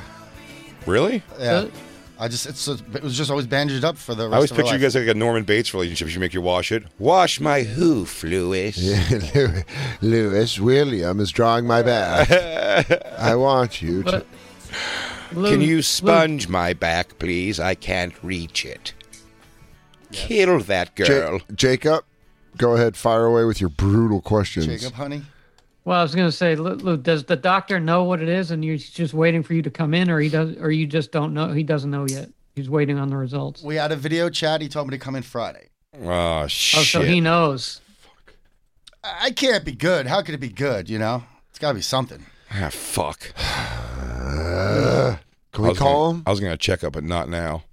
[SPEAKER 4] Really?
[SPEAKER 8] uh,
[SPEAKER 13] Yeah. I just it's it was just always bandaged up for the rest
[SPEAKER 4] I always
[SPEAKER 13] of her
[SPEAKER 4] picture you
[SPEAKER 13] life.
[SPEAKER 4] guys like a Norman Bates relationship. You make your wash it. Wash my hoof, Lewis.
[SPEAKER 5] [laughs] Lew- Lewis William is drawing
[SPEAKER 4] [laughs]
[SPEAKER 5] my back. I want you to.
[SPEAKER 4] Can you sponge my back, please? I can't reach it. Kill that
[SPEAKER 5] Ja-
[SPEAKER 4] girl.
[SPEAKER 5] Jacob, go ahead, fire away with your brutal questions.
[SPEAKER 13] Jacob, honey.
[SPEAKER 8] Well, I was going to say, Lou, Lou, does the doctor know what it is, and you're just waiting for you to come in, or he does, or you just don't know? He doesn't know yet. He's waiting on the results.
[SPEAKER 13] We had a video chat. He told me to come in Friday.
[SPEAKER 4] Oh shit!
[SPEAKER 8] Oh, so he knows.
[SPEAKER 13] I I can't be good. How could it be good? You know, it's got to be something.
[SPEAKER 4] Ah, fuck.
[SPEAKER 5] Uh,
[SPEAKER 4] I
[SPEAKER 5] can we
[SPEAKER 4] was
[SPEAKER 5] call
[SPEAKER 4] gonna- I was gonna check up, but not now.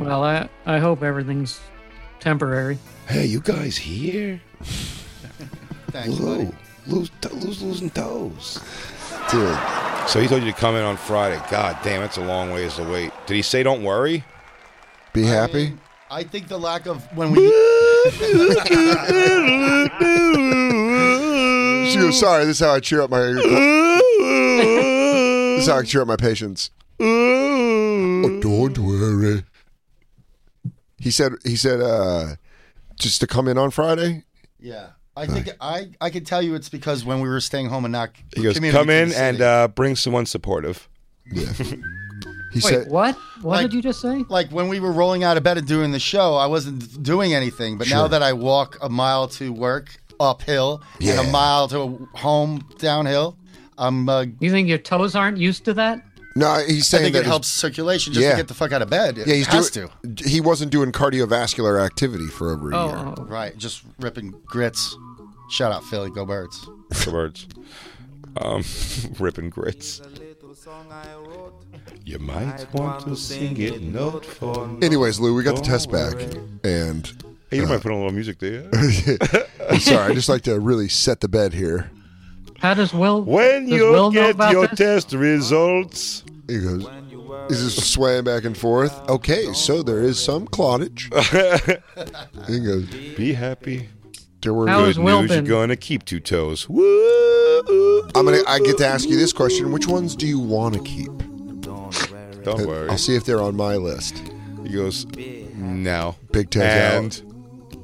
[SPEAKER 8] Well, I I hope everything's temporary.
[SPEAKER 4] Hey, you guys here?
[SPEAKER 13] Thanks,
[SPEAKER 4] Lou, Lou's, Lou's losing toes. Dude. So he told you to come in on Friday. God damn, it's a long ways to wait. Did he say don't worry?
[SPEAKER 5] Be happy.
[SPEAKER 13] I think the lack of when we.
[SPEAKER 5] [laughs] She goes, sorry, this is how I cheer
[SPEAKER 13] [laughs]
[SPEAKER 5] up my. this is how I cheer up my patients. oh, don't worry. He said. He said. uh Just to come in on Friday.
[SPEAKER 13] yeah, I think I I could tell you it's because when we were staying home and not.
[SPEAKER 4] He goes,
[SPEAKER 13] commuting
[SPEAKER 4] come
[SPEAKER 13] to the
[SPEAKER 4] in
[SPEAKER 13] city."
[SPEAKER 4] and uh, bring someone supportive.
[SPEAKER 5] Yeah.
[SPEAKER 13] He
[SPEAKER 8] Wait,
[SPEAKER 13] said-
[SPEAKER 8] what? What did you just say?
[SPEAKER 13] Like when we were rolling out of bed and doing the show, I wasn't doing anything. But now
[SPEAKER 8] Sure.
[SPEAKER 13] that I walk a mile to work uphill and
[SPEAKER 5] Yeah.
[SPEAKER 13] a mile to home downhill, I'm. Uh,
[SPEAKER 8] You think your toes aren't used to that?
[SPEAKER 5] No, he's saying
[SPEAKER 13] I think it
[SPEAKER 5] that he's-
[SPEAKER 13] helps circulation just
[SPEAKER 5] Yeah.
[SPEAKER 13] to get the fuck out of bed. It
[SPEAKER 5] yeah, he's
[SPEAKER 13] has
[SPEAKER 5] doing-
[SPEAKER 13] to.
[SPEAKER 5] He wasn't doing cardiovascular activity for over a year.
[SPEAKER 13] Oh, right. Just ripping grits. Shout out Philly, go birds.
[SPEAKER 4] The birds. Um, [laughs] ripping grits. You might want to sing it note for
[SPEAKER 5] Anyways, Lou, we got the test back, and
[SPEAKER 18] Hey, you
[SPEAKER 5] uh,
[SPEAKER 18] might put on a little music there.
[SPEAKER 5] I'm sorry. I just like to really set the bed here.
[SPEAKER 8] How does Will?
[SPEAKER 18] When
[SPEAKER 8] does
[SPEAKER 18] you
[SPEAKER 8] Will know
[SPEAKER 18] get
[SPEAKER 8] about
[SPEAKER 18] your
[SPEAKER 8] this?
[SPEAKER 18] test results,
[SPEAKER 5] He goes, he's just swaying back and forth. Okay, so there is some clottage. he goes,
[SPEAKER 18] be happy.
[SPEAKER 5] There were
[SPEAKER 18] good news. You're gonna keep two toes. Woo!
[SPEAKER 5] I'm gonna. I get to ask you this question: Which ones do you want to keep?
[SPEAKER 4] Don't
[SPEAKER 5] And
[SPEAKER 4] worry.
[SPEAKER 5] I'll see if they're on my list.
[SPEAKER 4] He goes, no.
[SPEAKER 5] Big toes
[SPEAKER 4] and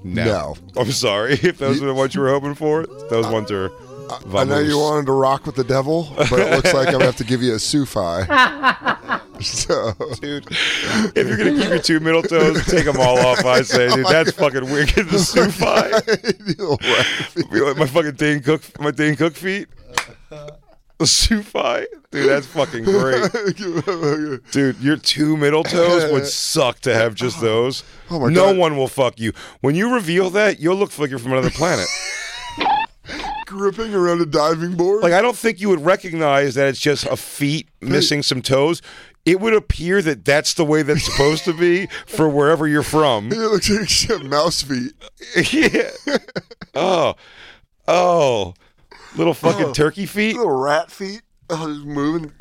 [SPEAKER 4] No.
[SPEAKER 5] No.
[SPEAKER 4] I'm sorry [laughs] if those were the ones you were hoping for. Those ones are.
[SPEAKER 5] I know you
[SPEAKER 4] vamos.
[SPEAKER 5] wanted to rock with the devil, but it looks like I'm gonna have to give you a sufi. so, [laughs]
[SPEAKER 4] dude, If you're gonna keep your two middle toes, take them all off. I say, dude, that's fucking wicked. The
[SPEAKER 5] [laughs]
[SPEAKER 4] sufi. You know, my fucking Dane Cook, my Dane Cook feet. The sufi, dude, that's fucking great. Dude, your two middle toes
[SPEAKER 5] [laughs]
[SPEAKER 4] would suck to have just those.
[SPEAKER 5] Oh my
[SPEAKER 4] no
[SPEAKER 5] God.
[SPEAKER 4] one will fuck you. When you reveal that, you'll look like you're from another
[SPEAKER 5] [laughs]
[SPEAKER 4] planet.
[SPEAKER 5] gripping around a diving board.
[SPEAKER 4] Like I don't think you would recognize that it's just a feet missing some toes. It would appear that that's the way that's supposed to be for wherever you're from.
[SPEAKER 5] [laughs] [laughs] It looks like she had mouse feet.
[SPEAKER 4] yeah. [laughs] Oh, oh, little fucking
[SPEAKER 5] Oh.
[SPEAKER 4] turkey feet,
[SPEAKER 5] [laughs] Little rat feet. [laughs] Oh, just moving.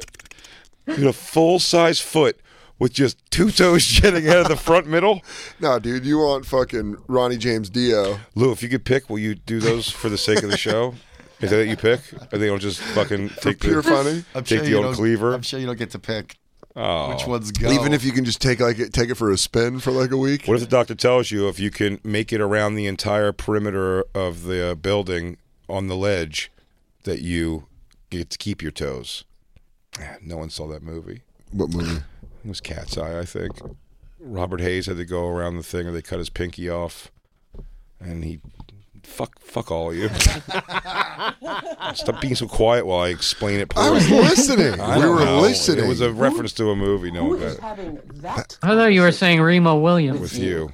[SPEAKER 4] Dude, a full size foot with just two toes [laughs] jetting out of the front middle.
[SPEAKER 5] No, dude, you want fucking Ronnie James Dio.
[SPEAKER 4] Lou, if you could pick, will you do those for the sake of the show? Is that what you pick? Or they don't just fucking take
[SPEAKER 5] pure
[SPEAKER 4] the,
[SPEAKER 5] funny?
[SPEAKER 13] I'm sure
[SPEAKER 4] Take the
[SPEAKER 13] you
[SPEAKER 4] old
[SPEAKER 13] don't-
[SPEAKER 4] cleaver.
[SPEAKER 13] I'm sure you don't get to pick
[SPEAKER 4] Oh.
[SPEAKER 13] which ones go.
[SPEAKER 5] Even if you can just take like it, take it for a spin for like a week.
[SPEAKER 4] What if the doctor tells you if you can make it around the entire perimeter of the uh, building on the ledge that you get to keep your toes? Ah, No one saw that movie.
[SPEAKER 5] What movie?
[SPEAKER 4] It was Cat's Eye, I think. Robert Hayes had to go around the thing, or they cut his pinky off, and he fuck fuck all of you. Stop being so quiet while I explain it.
[SPEAKER 5] I was [laughs]
[SPEAKER 4] politely.
[SPEAKER 5] listening.
[SPEAKER 4] I
[SPEAKER 5] We
[SPEAKER 4] don't
[SPEAKER 5] were
[SPEAKER 4] know.
[SPEAKER 5] listening.
[SPEAKER 4] It was a reference to a movie. No one got it.
[SPEAKER 8] I thought you were saying Remo Williams.
[SPEAKER 4] with you.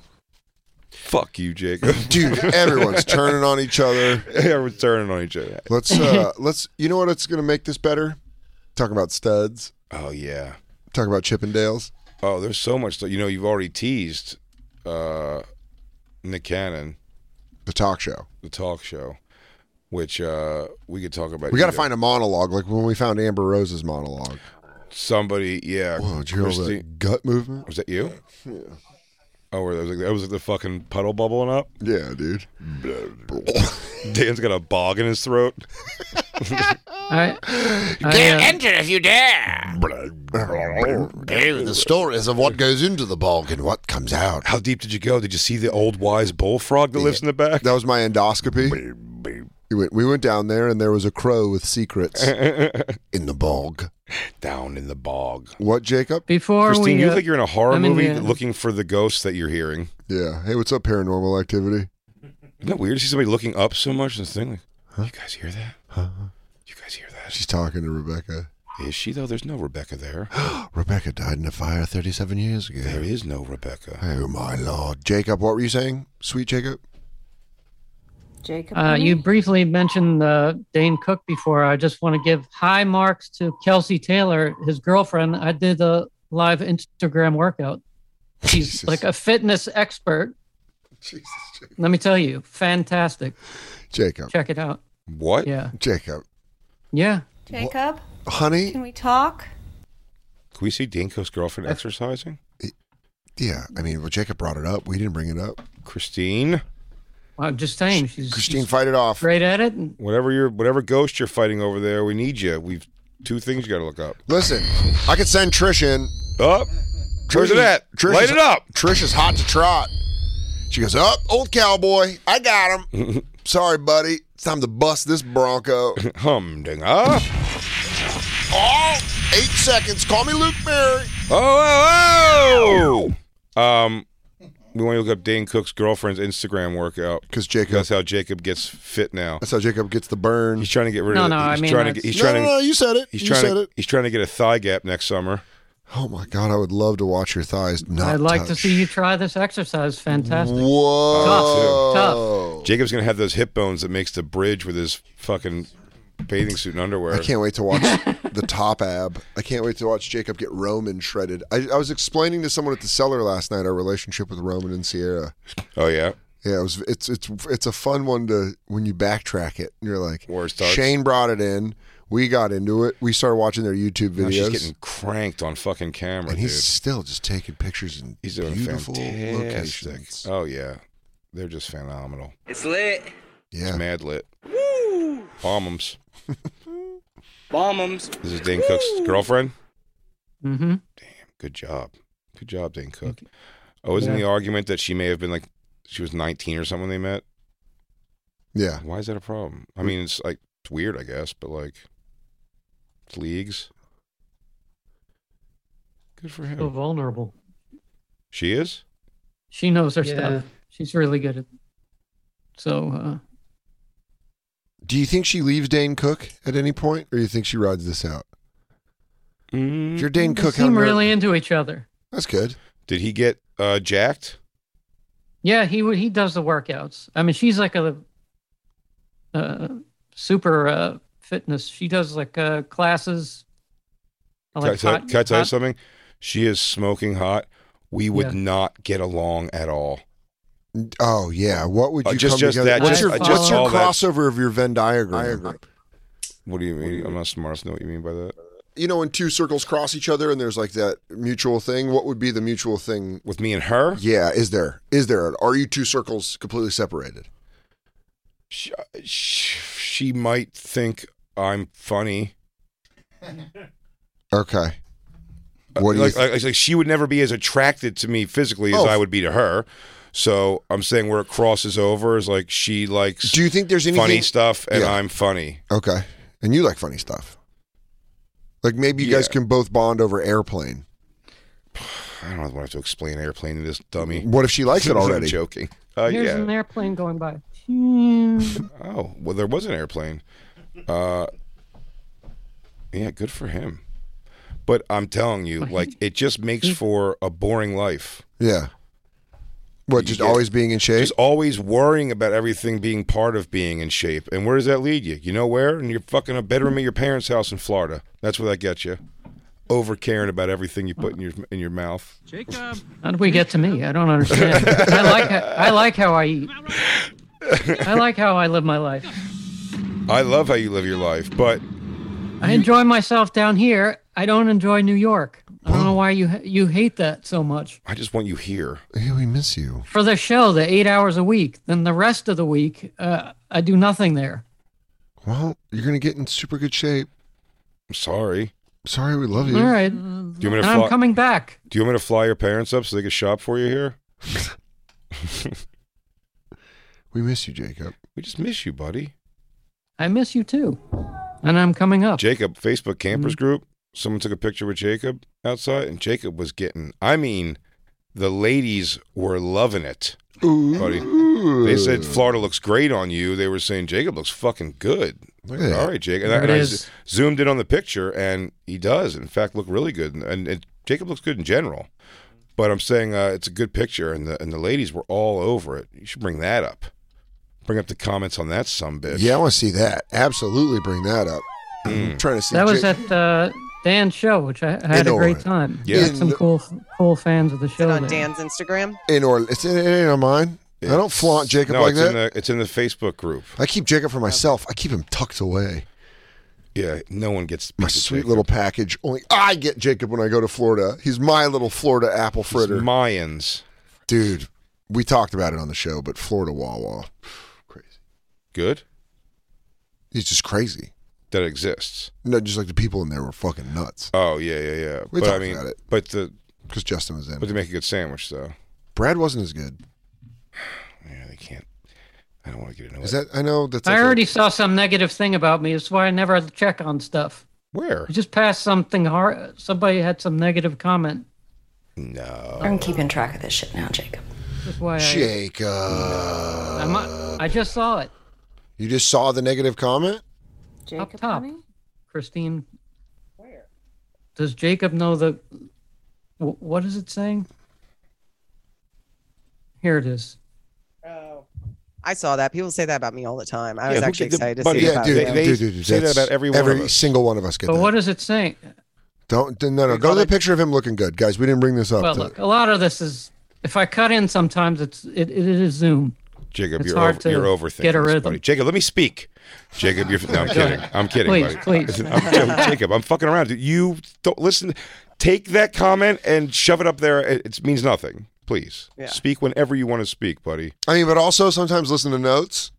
[SPEAKER 4] Fuck you, Jacob.
[SPEAKER 5] [laughs]
[SPEAKER 4] [laughs]
[SPEAKER 5] Dude, everyone's turning on each other.
[SPEAKER 4] Everyone's turning on each other.
[SPEAKER 5] Let's [laughs] uh let's you know what it's gonna make this better? Talk about studs.
[SPEAKER 4] Oh yeah.
[SPEAKER 5] Talk about Chippendales.
[SPEAKER 4] Oh, there's so much stuff. You know, you've already teased uh, Nick Cannon,
[SPEAKER 5] The talk show.
[SPEAKER 4] the talk show, which uh, we could talk about.
[SPEAKER 5] We gotta
[SPEAKER 4] either.
[SPEAKER 5] find a monologue, like when we found Amber Rose's monologue.
[SPEAKER 4] somebody. Yeah.
[SPEAKER 5] Whoa, did you hear all
[SPEAKER 4] Christi-
[SPEAKER 5] that gut movement?
[SPEAKER 4] Was that you?
[SPEAKER 5] Yeah.
[SPEAKER 4] Oh, where that was like that was like the fucking puddle bubbling up. [laughs]
[SPEAKER 5] Yeah, dude.
[SPEAKER 4] Dan's got a bog in his throat.
[SPEAKER 13] [gasps]
[SPEAKER 8] I,
[SPEAKER 4] I,
[SPEAKER 19] Can't
[SPEAKER 4] uh,
[SPEAKER 19] enter if you dare.
[SPEAKER 4] Here the stories of what goes into the bog and what comes out. How deep did you go? Did you see the old wise bullfrog that lives in the back?
[SPEAKER 5] That was my endoscopy. We went, we went down there and there was a crow with secrets in the bog.
[SPEAKER 4] Down in the bog.
[SPEAKER 5] What, Jacob?
[SPEAKER 8] Before
[SPEAKER 4] Christine,
[SPEAKER 8] we,
[SPEAKER 4] you
[SPEAKER 8] uh,
[SPEAKER 4] look like you're in a horror
[SPEAKER 8] I mean,
[SPEAKER 4] movie
[SPEAKER 8] we, uh,
[SPEAKER 4] looking for the ghosts that you're hearing.
[SPEAKER 5] Yeah. Hey, what's up, paranormal activity?
[SPEAKER 4] Isn't that weird to see somebody looking up so much and thing like, you guys hear that? You guys hear that?
[SPEAKER 5] She's talking to Rebecca.
[SPEAKER 4] Is she though? There's no Rebecca there. [gasps]
[SPEAKER 5] Rebecca died in a fire 37 years ago.
[SPEAKER 4] there is no Rebecca.
[SPEAKER 5] Oh, my Lord. Jacob, what were you saying? Sweet Jacob?
[SPEAKER 20] Jacob.
[SPEAKER 8] uh, you briefly mentioned uh, Dane Cook before. I just want to give high marks to Kelsey Taylor, his girlfriend. I did a live Instagram workout. She's like a fitness expert.
[SPEAKER 5] Jesus,
[SPEAKER 8] Let me tell you, fantastic.
[SPEAKER 5] Jacob.
[SPEAKER 8] Check it out.
[SPEAKER 4] What?
[SPEAKER 8] Yeah.
[SPEAKER 5] Jacob.
[SPEAKER 8] Yeah.
[SPEAKER 20] Jacob,
[SPEAKER 5] Honey?
[SPEAKER 20] can we talk?
[SPEAKER 4] Can we see Danko's girlfriend exercising?
[SPEAKER 5] Yeah. I mean, well, Jacob brought it up. We didn't bring it up.
[SPEAKER 4] Christine,
[SPEAKER 8] I'm just saying, she's
[SPEAKER 5] Christine, fight it off.
[SPEAKER 8] great at it. And
[SPEAKER 4] whatever you're, whatever ghost you're fighting over there, we need you. We've two things you got to look up.
[SPEAKER 5] Listen, I could send Trish in.
[SPEAKER 4] Up. Where's it at? Light
[SPEAKER 5] is-
[SPEAKER 4] it up.
[SPEAKER 5] Trish is hot to trot. She goes, up, old cowboy. I got
[SPEAKER 4] [laughs]
[SPEAKER 5] him. Sorry, buddy. It's time to bust this Bronco.
[SPEAKER 4] Humdinger.
[SPEAKER 5] Oh, eight seconds. Call me Luke Mary.
[SPEAKER 4] Oh, oh, oh! Um, We want you to look up Dane Cook's girlfriend's Instagram workout because Jacob. That's how Jacob gets fit now. That's how Jacob gets the burn. He's trying to get rid
[SPEAKER 8] No,
[SPEAKER 4] of.
[SPEAKER 8] no,
[SPEAKER 4] He's
[SPEAKER 8] I mean,
[SPEAKER 4] trying to
[SPEAKER 8] that's-
[SPEAKER 4] get, he's
[SPEAKER 5] No,
[SPEAKER 4] trying
[SPEAKER 5] no,
[SPEAKER 4] to,
[SPEAKER 5] no, you said it.
[SPEAKER 4] He's
[SPEAKER 5] You
[SPEAKER 4] trying
[SPEAKER 5] said
[SPEAKER 4] to.
[SPEAKER 5] it.
[SPEAKER 4] He's trying to get a thigh gap next summer.
[SPEAKER 5] Oh my God, I would love to watch your thighs. Not
[SPEAKER 8] I'd like
[SPEAKER 5] touch.
[SPEAKER 8] to see you try this exercise. Fantastic.
[SPEAKER 5] Whoa.
[SPEAKER 8] Tough.
[SPEAKER 5] Oh.
[SPEAKER 8] Tough.
[SPEAKER 4] Jacob's gonna have those hip bones that makes the bridge with his fucking bathing suit and underwear.
[SPEAKER 5] I can't wait
[SPEAKER 4] [laughs]
[SPEAKER 5] to watch the top ab. I can't wait to watch Jacob get Roman shredded. I, I was explaining to someone at the cellar last night our relationship with Roman and Sierra.
[SPEAKER 4] Oh yeah.
[SPEAKER 5] Yeah, it was. It's it's it's a fun one to when you backtrack it. And you're like,
[SPEAKER 4] starts.
[SPEAKER 5] Shane brought it in. We got into it. We started watching their YouTube videos.
[SPEAKER 4] Now she's getting cranked on fucking camera,
[SPEAKER 5] and
[SPEAKER 4] dude.
[SPEAKER 5] he's still just taking pictures in
[SPEAKER 4] He's doing
[SPEAKER 5] beautiful
[SPEAKER 4] fantastic.
[SPEAKER 5] locations.
[SPEAKER 4] Oh yeah, they're just phenomenal.
[SPEAKER 17] It's lit.
[SPEAKER 5] Yeah,
[SPEAKER 4] it's mad lit.
[SPEAKER 17] Woo!
[SPEAKER 4] Palmums.
[SPEAKER 17] Bombums.
[SPEAKER 4] This is Dane Cook's girlfriend.
[SPEAKER 8] Mm-hmm.
[SPEAKER 4] Good job. Good job, Dane Cook. Oh, isn't
[SPEAKER 5] Yeah.
[SPEAKER 4] the argument that she may have been like she was 19 or something when they met?
[SPEAKER 5] Yeah.
[SPEAKER 4] Why is that a problem? I mean, it's like it's weird, I guess, but like it's leagues. Good for him.
[SPEAKER 8] So vulnerable.
[SPEAKER 4] She is.
[SPEAKER 8] She knows her
[SPEAKER 4] Yeah.
[SPEAKER 8] stuff. She's really good at. So uh,
[SPEAKER 5] Do you think she leaves Dane Cook at any point, or you think she rides this out?
[SPEAKER 4] If
[SPEAKER 5] you're Dane
[SPEAKER 8] they
[SPEAKER 5] Cook, how
[SPEAKER 8] seem
[SPEAKER 5] ner-
[SPEAKER 8] really into each other.
[SPEAKER 5] that's good.
[SPEAKER 4] Did he get uh, jacked?
[SPEAKER 8] Yeah, he would. He does the workouts. I mean, she's like a uh, super uh, fitness. She does like uh, classes. uh,
[SPEAKER 4] Can I
[SPEAKER 8] Like
[SPEAKER 4] tell-
[SPEAKER 8] hot-
[SPEAKER 4] can I tell you
[SPEAKER 8] hot-
[SPEAKER 4] something? She is smoking hot. We would
[SPEAKER 8] Yeah.
[SPEAKER 4] not get along at all.
[SPEAKER 5] Oh yeah. What would
[SPEAKER 4] Uh,
[SPEAKER 5] you
[SPEAKER 4] just-
[SPEAKER 5] come
[SPEAKER 4] just
[SPEAKER 5] together?
[SPEAKER 4] that-
[SPEAKER 5] what's
[SPEAKER 4] just-
[SPEAKER 5] your,
[SPEAKER 4] I just
[SPEAKER 5] what's
[SPEAKER 4] saw
[SPEAKER 5] your
[SPEAKER 4] that.
[SPEAKER 5] crossover of your Venn diagram?
[SPEAKER 4] What do you mean? I'm not smart enough to know what you mean by that.
[SPEAKER 5] You know, when two circles cross each other and there's like that mutual thing. What would be the mutual thing?
[SPEAKER 4] With me and her?
[SPEAKER 5] Yeah. Is there? Is there? Are you two circles completely separated?
[SPEAKER 4] She, she, she might think I'm funny.
[SPEAKER 5] Okay. What do you
[SPEAKER 4] like,
[SPEAKER 5] think?
[SPEAKER 4] like, like she would never be as attracted to me physically as
[SPEAKER 5] Oh.
[SPEAKER 4] I would be to her. So I'm saying where it crosses over is like she likes.
[SPEAKER 5] Do you think there's anything
[SPEAKER 4] funny stuff, and
[SPEAKER 5] Yeah.
[SPEAKER 4] I'm funny?
[SPEAKER 5] Okay. And you like funny stuff. Like maybe you guys
[SPEAKER 4] Yeah.
[SPEAKER 5] can both bond over airplane.
[SPEAKER 4] I don't want to have to explain airplane to this dummy.
[SPEAKER 5] What if
[SPEAKER 4] [laughs]
[SPEAKER 5] she likes it
[SPEAKER 4] I'm
[SPEAKER 5] already?
[SPEAKER 4] joking. Uh,
[SPEAKER 8] Here's
[SPEAKER 4] yeah.
[SPEAKER 8] an airplane going by.
[SPEAKER 4] Oh well, there was an airplane. Uh, yeah, good for him. But I'm telling you, like it just makes for a boring life.
[SPEAKER 5] Yeah. What, just
[SPEAKER 4] Yeah.
[SPEAKER 5] always being in shape?
[SPEAKER 4] Just always worrying about everything being part of being in shape. And where does that lead you? You know where? And you're fucking a bedroom at your parents' house in Florida. That's where that gets you. Over caring about everything you put in your in your mouth.
[SPEAKER 8] Jacob. How did we get to me? I don't understand. I like. ho- I like how I eat. I like how I live my life.
[SPEAKER 4] I love how you live your life, but
[SPEAKER 8] I enjoy myself down here. I don't enjoy New York. I don't know why you you hate that so much.
[SPEAKER 4] I just want you here.
[SPEAKER 5] Hey, we miss you.
[SPEAKER 8] For the show, the eight hours a week, then the rest of the week, uh, I do nothing there.
[SPEAKER 5] Well, you're going to get in super good shape.
[SPEAKER 4] I'm sorry.
[SPEAKER 5] Sorry, we love you.
[SPEAKER 8] All right,
[SPEAKER 4] Do you want me
[SPEAKER 8] and
[SPEAKER 4] to
[SPEAKER 8] I'm
[SPEAKER 4] fly,
[SPEAKER 8] coming back.
[SPEAKER 4] Do you want me to fly your parents up so they can shop for you here?
[SPEAKER 5] We miss you, Jacob.
[SPEAKER 4] We just miss you, buddy.
[SPEAKER 8] I miss you too, and I'm coming up. Mm.
[SPEAKER 4] Jacob, Facebook campers group. Someone took a picture with Jacob outside, and Jacob was getting. I mean, the ladies were loving it, buddy. They said Florida looks great on you. They were saying Jacob looks fucking good. Like,
[SPEAKER 5] Yeah.
[SPEAKER 4] All right, Jacob. And I,
[SPEAKER 8] There it
[SPEAKER 4] and I
[SPEAKER 8] is.
[SPEAKER 4] z- zoomed in on the picture, and he does, in fact, look really good. And, and, and Jacob looks good in general. But I'm saying uh, it's a good picture, and the and the ladies were all over it. You should bring that up. Bring up the comments on that some bitch.
[SPEAKER 5] Yeah, I want to see that. Absolutely bring that up. I'm trying to see.
[SPEAKER 8] That was
[SPEAKER 5] Ja-
[SPEAKER 8] at uh, Dan's show, which I I had a
[SPEAKER 5] Indoor.
[SPEAKER 8] great time.
[SPEAKER 5] Yeah.
[SPEAKER 8] Met some
[SPEAKER 5] In-
[SPEAKER 8] cool cool fans of the show.
[SPEAKER 9] on
[SPEAKER 8] there.
[SPEAKER 9] Dan's Instagram.
[SPEAKER 5] in or it's in, it ain't on mine. I don't
[SPEAKER 4] It's-
[SPEAKER 5] flaunt Jacob
[SPEAKER 4] no,
[SPEAKER 5] like
[SPEAKER 4] it's
[SPEAKER 5] that.
[SPEAKER 4] In the, it's in the Facebook group.
[SPEAKER 5] I keep Jacob for myself. I keep him tucked away.
[SPEAKER 4] Yeah, no one gets
[SPEAKER 5] My sweet little package. Only I get Jacob when I go to Florida. He's my little Florida apple fritter.
[SPEAKER 4] Mayans.
[SPEAKER 5] Dude, we talked about it on the show, but Florida Wawa,
[SPEAKER 4] Good
[SPEAKER 5] he's just crazy.
[SPEAKER 4] that it exists.
[SPEAKER 5] No, just like the people in there were fucking nuts
[SPEAKER 4] Oh yeah, yeah, yeah.
[SPEAKER 5] We
[SPEAKER 4] but I
[SPEAKER 5] talked
[SPEAKER 4] mean,
[SPEAKER 5] about it.
[SPEAKER 4] but the
[SPEAKER 5] because Justin was in.
[SPEAKER 4] but
[SPEAKER 5] it.
[SPEAKER 4] they make a good sandwich though.
[SPEAKER 5] Brad wasn't as good.
[SPEAKER 4] Yeah, they can't. I don't want to get into
[SPEAKER 5] Is
[SPEAKER 4] it.
[SPEAKER 5] that I know that's. like
[SPEAKER 8] I
[SPEAKER 5] a-
[SPEAKER 8] already saw some negative thing about me. That's why I never had to check on stuff.
[SPEAKER 4] Where?
[SPEAKER 8] You just passed something hard. Somebody had some negative comment.
[SPEAKER 4] No.
[SPEAKER 20] I'm keeping track of this shit now, Jacob.
[SPEAKER 8] That's why I,
[SPEAKER 5] Jacob.
[SPEAKER 8] I'm a- I just saw it
[SPEAKER 5] You just saw the negative comment?
[SPEAKER 8] up top. Christine. Where? Does Jacob know the? wh- What is it saying? Here it is.
[SPEAKER 9] I saw that. People say that about me all the time. I was
[SPEAKER 8] who
[SPEAKER 9] actually
[SPEAKER 8] did the
[SPEAKER 9] excited to
[SPEAKER 5] But
[SPEAKER 9] see
[SPEAKER 5] yeah,
[SPEAKER 9] about
[SPEAKER 5] dude,
[SPEAKER 9] it.
[SPEAKER 5] dude, dude, dude,
[SPEAKER 4] say that
[SPEAKER 5] that's-
[SPEAKER 4] about every one of us.
[SPEAKER 5] single one of us get
[SPEAKER 8] But
[SPEAKER 5] that.
[SPEAKER 8] what is it saying?
[SPEAKER 5] Don't no no. Go to the picture of him looking good, guys. We didn't bring this up.
[SPEAKER 8] Well,
[SPEAKER 5] to-
[SPEAKER 8] look, a lot of this is. If I cut in, sometimes it's it, it is Zoom.
[SPEAKER 4] Jacob,
[SPEAKER 8] It's
[SPEAKER 4] you're
[SPEAKER 8] hard
[SPEAKER 4] over,
[SPEAKER 8] to
[SPEAKER 4] you're overthinking.
[SPEAKER 8] get a
[SPEAKER 4] this,
[SPEAKER 8] rhythm.
[SPEAKER 4] buddy. Jacob, let me speak. Jacob, you're no, I'm
[SPEAKER 8] Go
[SPEAKER 4] kidding.
[SPEAKER 8] ahead.
[SPEAKER 4] I'm kidding,
[SPEAKER 8] Please,
[SPEAKER 4] buddy.
[SPEAKER 8] please.
[SPEAKER 4] I'm
[SPEAKER 8] [laughs]
[SPEAKER 4] kidding. Jacob, I'm fucking around. dude. You don't listen. Take that comment and shove it up there. It, it means nothing. Please speak whenever you want to speak, buddy.
[SPEAKER 5] I mean, but also sometimes listen to notes.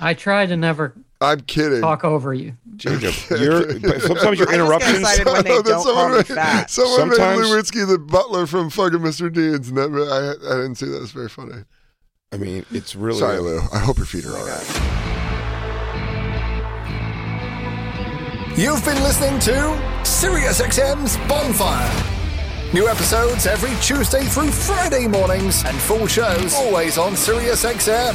[SPEAKER 8] I try to never.
[SPEAKER 5] I'm kidding.
[SPEAKER 8] Talk over you.
[SPEAKER 4] Jacob, you're, but sometimes your interruptions.
[SPEAKER 5] someone made, someone made
[SPEAKER 4] Sometimes-
[SPEAKER 5] Lewinsky the butler from fucking Mr. Deeds, and that, I, I didn't see that. It's very funny.
[SPEAKER 4] I mean, it's really.
[SPEAKER 5] Sorry, Lou. I hope
[SPEAKER 4] Oh
[SPEAKER 5] your feet are all right.
[SPEAKER 19] You've been listening to SiriusXM's Bonfire. New episodes every Tuesday through Friday mornings, and full shows always on SiriusXM.